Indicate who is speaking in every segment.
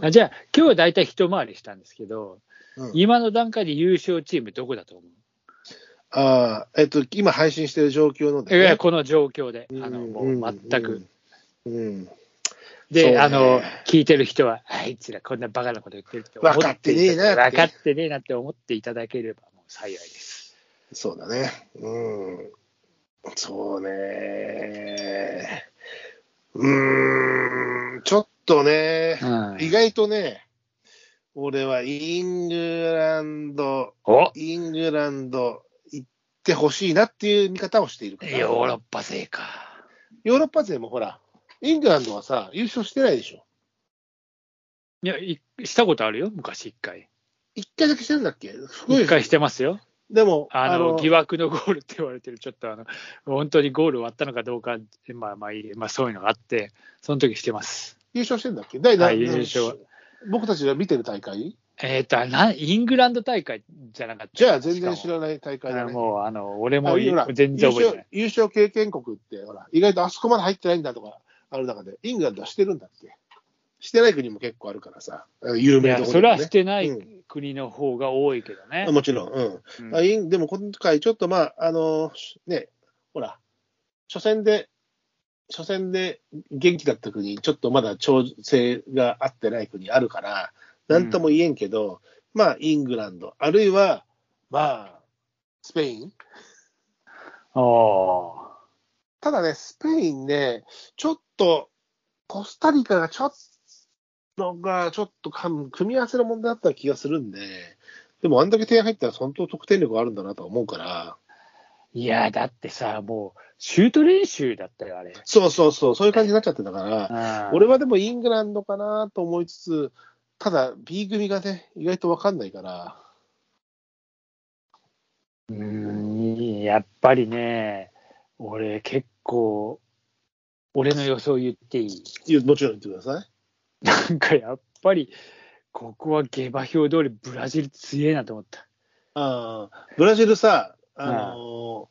Speaker 1: あじゃあ、今日は大体一回りしたんですけど、
Speaker 2: うん
Speaker 1: 今の段階で優勝チーム、どこだと思う
Speaker 2: ああ、えっと、今配信してる状況ので、
Speaker 1: い
Speaker 2: ね。
Speaker 1: やこの状況で、あのも
Speaker 2: うん
Speaker 1: う全く。。
Speaker 2: うんうん。
Speaker 1: で、
Speaker 2: そうね
Speaker 1: あの、聞いてる人は、あいつらこんなバカなこと言ってるって思
Speaker 2: 分かってねえなって
Speaker 1: 分かってねえなって思っていただければもう幸いです。
Speaker 2: そうだね。うん。そうね。うーん、ちょっとね
Speaker 1: う、ん
Speaker 2: 意外とね、俺はイングランド、
Speaker 1: お
Speaker 2: イングランド行ってほしいなっていう見方をしているから。
Speaker 1: ヨーロッパ勢か。
Speaker 2: ヨーロッパ勢もほら、イングランドはさ、優勝してないでしょ。
Speaker 1: いや、いしたことあるよ、昔一回。
Speaker 2: 一回だけしてるんだっけすごい
Speaker 1: 一回してますよ。
Speaker 2: でも、
Speaker 1: あの疑惑のゴールって言われてる、ちょっとあの本当にゴール割ったのかどうか、まあまあいいまあ、そういうのがあって、その時してます。
Speaker 2: 優勝してんだっけ第何、
Speaker 1: はい優勝
Speaker 2: 僕たちが見てる大会
Speaker 1: えっ、とな、イングランド大会じゃなかった。
Speaker 2: じゃあ全然
Speaker 1: し
Speaker 2: 知
Speaker 1: かも
Speaker 2: らない大会だね。
Speaker 1: もうあの俺
Speaker 2: あ
Speaker 1: もい
Speaker 2: ほら
Speaker 1: 全然覚えてない。
Speaker 2: 優勝優勝経験国って、ほら、意外とあそこまで入ってないんだとか、ある中で、イングランドはしてるんだって。してない国も結構あるからさ、有
Speaker 1: い
Speaker 2: 名
Speaker 1: や、
Speaker 2: な
Speaker 1: それはしてない
Speaker 2: うん
Speaker 1: 国の方が多いけどね。
Speaker 2: もちろん、うん
Speaker 1: うん
Speaker 2: あイン。でも今回、ちょっとまあ、あのね、ほら、初戦で、初戦で元気だった国、ちょっとまだ調整が合ってない国あるから、なんとも言えんけど、まあ、イングランド、あるいは、まあ、スペイン。
Speaker 1: あ
Speaker 2: ただね、スペインね、ちょっと、コスタリカがちょっと、がちょっとかん組み合わせの問題だった気がするんで、でもあんだけ点入ったら相当得点力があるんだなとは思うから、
Speaker 1: あいや、だってさ、もうシュート練習だったよ、あれ。
Speaker 2: そうそうそう、そういう感じになっちゃってたから、
Speaker 1: あー
Speaker 2: 俺はでもイングランドかなと思いつつ、ただ B 組がね、意外と分かんないから、
Speaker 1: うーん、やっぱりね、俺結構、俺の予想言っていい
Speaker 2: いやもちろん言ってください。
Speaker 1: なんかやっぱり、ここは下馬評通りブラジル強えなと思った。
Speaker 2: あーブラジルさ、あの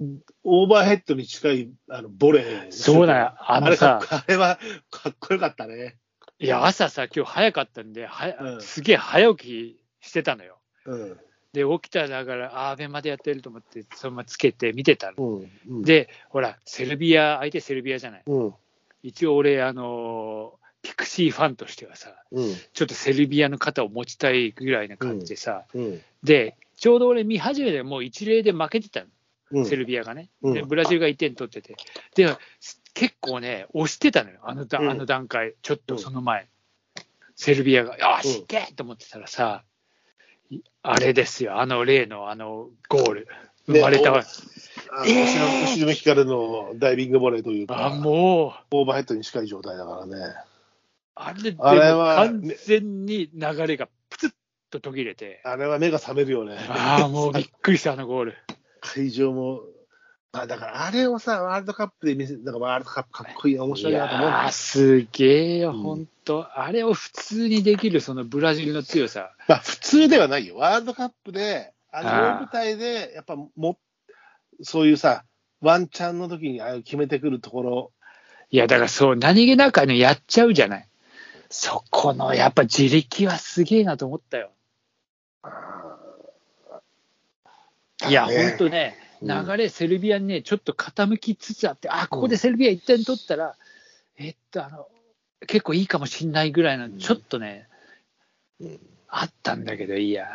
Speaker 2: ーオーバーヘッドに近いあのボレー。
Speaker 1: そうだよ、あ
Speaker 2: あ
Speaker 1: の
Speaker 2: れ
Speaker 1: さ
Speaker 2: かっ、こあれはかっこよかったね。
Speaker 1: いや、朝さ、今日早かったんで、はや
Speaker 2: うん
Speaker 1: すげえ早起きしてたのよ。
Speaker 2: うん。
Speaker 1: で、起きたらだから、あー、アベまでやってると思って、そのままつけて見てたの。
Speaker 2: うん、
Speaker 1: で、ほら、セルビア、相手セルビアじゃない。
Speaker 2: うん。
Speaker 1: 一応俺、あのーピクシーファンとしてはさ、
Speaker 2: うん。
Speaker 1: ちょっとセルビアの肩を持ちたいぐらいな感じでさ、
Speaker 2: うん。
Speaker 1: で、ちょうど俺見始めて、もう一例で負けてたの、
Speaker 2: うん。
Speaker 1: セルビアがね。
Speaker 2: うん
Speaker 1: で、ブラジルが1点取ってて。で、す結構ね、押してたのよ、あのだ
Speaker 2: うん
Speaker 1: あの段階、ちょっとその前。セルビアが、よーし、
Speaker 2: うん
Speaker 1: いけと思ってたらさ、いあれですよ、あの例のあのゴール。生まれたわ、
Speaker 2: あの後ろ後ろ向きからのダイビングボレーという
Speaker 1: あ、
Speaker 2: か、
Speaker 1: もう、
Speaker 2: オーバーヘッドに近い状態だからね。
Speaker 1: あれでも
Speaker 2: あれは
Speaker 1: 完全に流れがプツッと途切れて、
Speaker 2: あれは目が覚めるよね。
Speaker 1: ああ、もうびっくりした、あのゴール。
Speaker 2: 会場も、まあ、だからあれをさ、ワールドカップで見せなんかワールドカップかっこいいな、面白いなと思う
Speaker 1: い
Speaker 2: ん
Speaker 1: や
Speaker 2: だ
Speaker 1: ーすげえよ、
Speaker 2: うん
Speaker 1: 本当、あれを普通にできる、そのブラジルの強さ、
Speaker 2: まあ、普通ではないよ。ワールドカップで、あの
Speaker 1: ああ
Speaker 2: 大舞台で、やっぱも、そういうさ、ワンチャンの時にああいう決めてくるところ、
Speaker 1: いや、だからそう、何気なくあのやっちゃうじゃない、そこのやっぱ自力はすげえなと思ったよ。いや、
Speaker 2: だね
Speaker 1: 本当ね、
Speaker 2: うん
Speaker 1: 流れ、セルビアにね、ちょっと傾きつつあって、あここでセルビア1点取ったら、えっと、あの結構いいかもしんないぐらいの、
Speaker 2: ん
Speaker 1: ちょっとね、
Speaker 2: うん
Speaker 1: あったんだけど、いや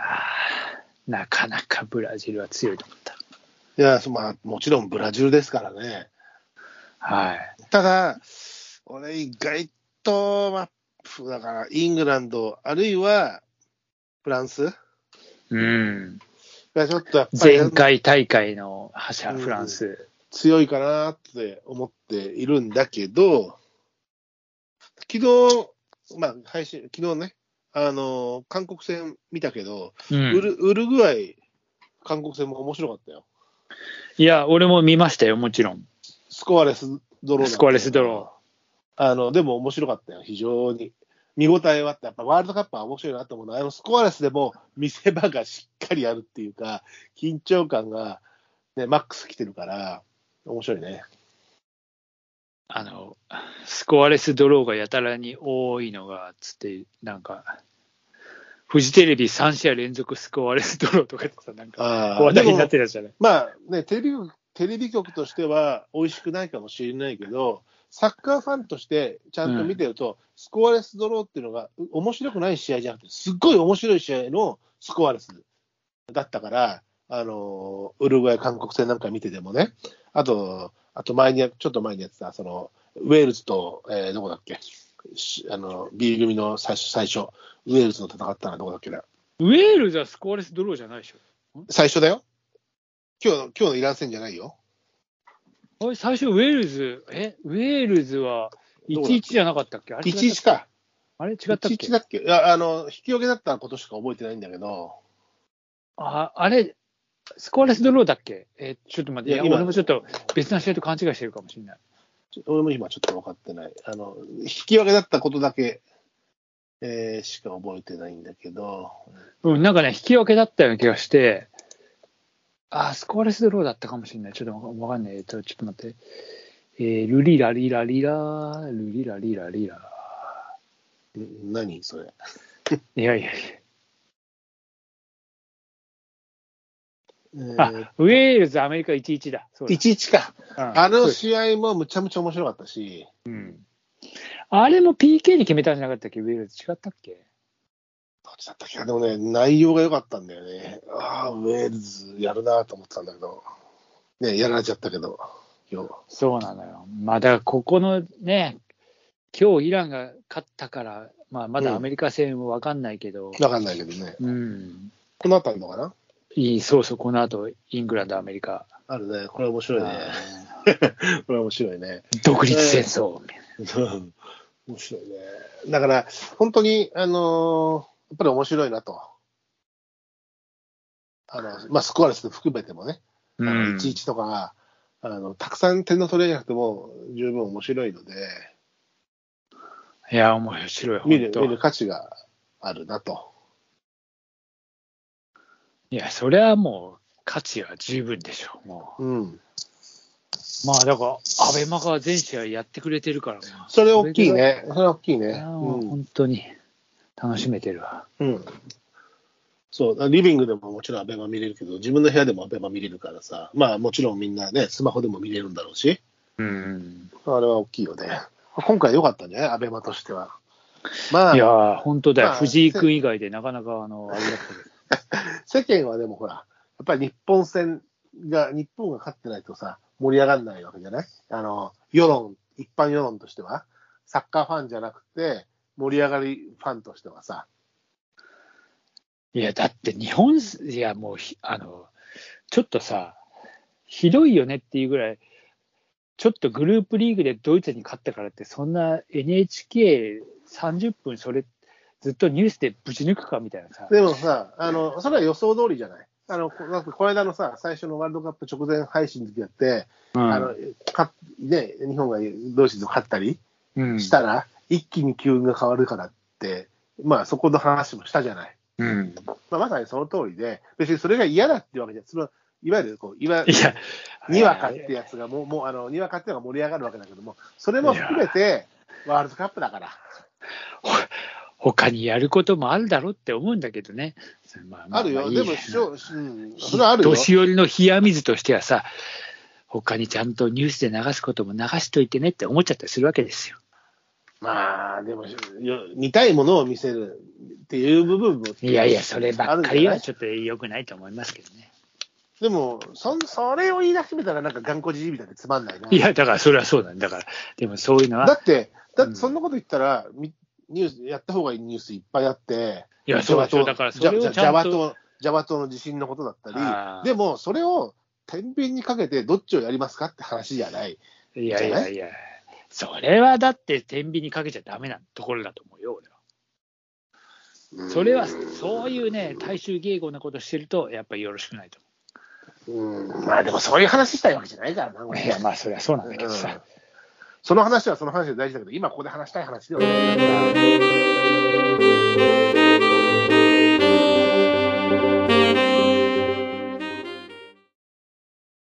Speaker 1: ー、なかなかブラジルは強いと思った。
Speaker 2: いや、そまあ、もちろんブラジルですからね。
Speaker 1: はい
Speaker 2: ただ、俺、意外と、まあ、ふだから、イングランド、あるいは、フランス
Speaker 1: うん、
Speaker 2: がちょっとやっぱり
Speaker 1: 前回大会の覇者、
Speaker 2: うん
Speaker 1: フランス。
Speaker 2: 強いかなって思っているんだけど、昨日、まあ、配信、昨日ね、あの、韓国戦見たけど、
Speaker 1: うん
Speaker 2: ウルウルグアイ、韓国戦も面白かったよ。
Speaker 1: いや、俺も見ましたよ、もちろん。
Speaker 2: スコアレスドローだったけど
Speaker 1: スコアレスドロ
Speaker 2: あの、でも面白かったよ、非常に。見応えはあって、やっぱワールドカップは面白いなと思うのは、あのスコアレスでも見せ場がしっかりあるっていうか、緊張感が、ね、マックス来てるから、面白いね。
Speaker 1: あの、スコアレスドローがやたらに多いのが、つって、なんか、フジテレビ3試合連続スコアレスドローとかってさ、なんか、
Speaker 2: あ
Speaker 1: 話
Speaker 2: で
Speaker 1: 題に
Speaker 2: も
Speaker 1: なってたじゃない。
Speaker 2: まあね、テレビ局、テレビ局としては美味しくないかもしれないけど、サッカーファンとしてちゃんと見てると、スコアレスドローっていうのがう面白くない試合じゃなくて、すっごい面白い試合のスコアレスだったから、あのーウルグアイ、韓国戦なんか見ててもね、あと、あと前にや、ちょっと前にやってた、そのウェールズと、えーどこだっけ、しあの B 組の最初、最初ウェールズと戦ったのはどこだっけな、
Speaker 1: ウェールズはスコアレスドローじゃないでしょ。
Speaker 2: 最初だよ、今日の今日のイラン戦じゃないよ。
Speaker 1: あれ最初、ウェールズ、え、ウェールズは11じゃなかったっけあれ違ったっけ
Speaker 2: 11か。
Speaker 1: あれ違ったっけ
Speaker 2: 11だっけいや、あの、引き分けだったことしか覚えてないんだけど、
Speaker 1: ああれ、スコアレスドローだっけえちょっと待って、い
Speaker 2: い
Speaker 1: や
Speaker 2: や今
Speaker 1: 俺もちょっと別な試合と勘違いしてるかもしれない。
Speaker 2: ちょ俺も今ちょっと分かってない。あの、引き分けだったことだけ、えーしか覚えてないんだけど、
Speaker 1: うん、なんかね、引き分けだったような気がして、あ、スコアレスドローだったかもしれない。ちょっとわかんない。えっと、ちょっと待って。えールリラリラリラ、ルリラリラリラ。
Speaker 2: ん何それ。
Speaker 1: いやいやい
Speaker 2: え
Speaker 1: や。あ
Speaker 2: ー、
Speaker 1: ウェールズ、アメリカ11だ。そうだ。
Speaker 2: 11か。
Speaker 1: うん
Speaker 2: あ
Speaker 1: そう
Speaker 2: の
Speaker 1: です
Speaker 2: 試合もむちゃむちゃ面白かったし、
Speaker 1: うん。あれも PK に決めたんじゃなかったっけウェールズ違ったっけ
Speaker 2: どっちだったっけなでもね、内容が良かったんだよね。ああ、ウェールズやるなと思ってたんだけど、ね、やられちゃったけど、今日。
Speaker 1: そうなのよ。まあ、だからここのね、今日イランが勝ったから、まあ、まだアメリカ戦も分かんないけど、
Speaker 2: 分かんないけどね。
Speaker 1: うん、
Speaker 2: この辺りのかない
Speaker 1: い、そうそう、この後イングランド、アメリカ、
Speaker 2: あるね。これ面白いね。これ面白いね。
Speaker 1: 独立戦争、
Speaker 2: うん 面白いね。だから、本当に、あのーやっぱり面白いなと。あの、まあ、スコアレス含めてもね、あ
Speaker 1: う
Speaker 2: の
Speaker 1: ん、
Speaker 2: 1-1とかが、あの、たくさん点の取れなくても十分面白いので、
Speaker 1: いや、面白い、
Speaker 2: 見る
Speaker 1: 本、
Speaker 2: 見る
Speaker 1: 当。
Speaker 2: 価値があるなと。
Speaker 1: いや、それはもう価値は十分でしょう、も
Speaker 2: うん。
Speaker 1: う。まあ、だから、アベマが全試合やってくれてるから、まあ
Speaker 2: それ大きい。ね。それ大きい
Speaker 1: そ
Speaker 2: ね。
Speaker 1: れぐらいいや
Speaker 2: うん。
Speaker 1: 本当に楽しめてるわ。
Speaker 2: うん。そう、リビングでももちろんアベマ見れるけど、自分の部屋でもアベマ見れるからさ、まあもちろんみんなね、スマホでも見れるんだろうし、
Speaker 1: うん
Speaker 2: あれは大きいよね。今回良かったね、アベマとしては。ま
Speaker 1: いや
Speaker 2: あ、
Speaker 1: ー、本当だよ、
Speaker 2: まあ
Speaker 1: 藤井君以外でなかなかあの、あれだったけど。
Speaker 2: 世間はでもほら、やっぱり日本戦が、日本が勝ってないとさ、盛り上がらないわけじゃないあの、世論、一般世論としては、サッカーファンじゃなくて、盛り上がりファンとしてはさ、
Speaker 1: いや、だって日本、いや、もうひ、あの、ちょっとさ、ひどいよねっていうぐらい、ちょっとグループリーグでドイツに勝ったからって、そんな NHK30 分、それ、ずっとニュースでぶち抜くかみたいなさ、
Speaker 2: でもさ、あの、それは予想通りじゃないあの、こなんかこの間のさ、最初のワールドカップ直前配信の時だって、あの、かね、日本がドイツに勝ったり、
Speaker 1: うん、
Speaker 2: したら、一気に気運が変わるからって、まあそこの話もしたじゃない。
Speaker 1: うん。
Speaker 2: まあ、まさにその通りで、別にそれが嫌だってわけじゃ、そのいわゆるこう、いわ
Speaker 1: いや、
Speaker 2: にわかってやつがもう、もうあのにわかってのが盛り上がるわけだけども、それも含めて、ワールドカップだから、
Speaker 1: 他にやることもあるだろうって思うんだけどね。それまあまあ
Speaker 2: あるよ、
Speaker 1: まあいい
Speaker 2: で
Speaker 1: や
Speaker 2: も、しょうん、それはあるよ。
Speaker 1: 年寄りの冷や水としてはさ、他にちゃんとニュースで流すことも流しといてねって思っちゃったりするわけですよ。
Speaker 2: まあ、でも、よ見たいものを見せるっていう部分も、
Speaker 1: いやいや、そればっかり
Speaker 2: あ
Speaker 1: は
Speaker 2: るんじ
Speaker 1: ちょっと良くないと思いますけどね。
Speaker 2: でもそん、それを言い出しめたら、なんか頑固じじいみたいでつまんないな。
Speaker 1: いや、だからそれはそうなんだから、でもそういうの
Speaker 2: だ
Speaker 1: は、
Speaker 2: って、だっ
Speaker 1: うん
Speaker 2: てそんなこと言ったら、みニュース、やった方がいいニュースいっぱいあって、
Speaker 1: いやそうでしょ
Speaker 2: ジャワ島
Speaker 1: だからそれを
Speaker 2: ジャ
Speaker 1: ちゃんと
Speaker 2: ジャワ島、ジャワ島の地震のことだった
Speaker 1: あー
Speaker 2: り、でも、それを天秤にかけて、どっちをやりますかって話じゃない。
Speaker 1: いやいやいや、それはだって天秤にかけちゃダメなところだと思うよ、俺は。それは、そういうね、大衆迎合なことしてると、やっぱりよろしくないと
Speaker 2: うん。まあ、でも、そういう話したいわけじゃないからな、こ
Speaker 1: 思
Speaker 2: れ
Speaker 1: う。いや、まあ、それはそうなんだけど
Speaker 2: うん
Speaker 1: さ。
Speaker 2: その話はその話で大事だけど、今ここで話したい話ではない。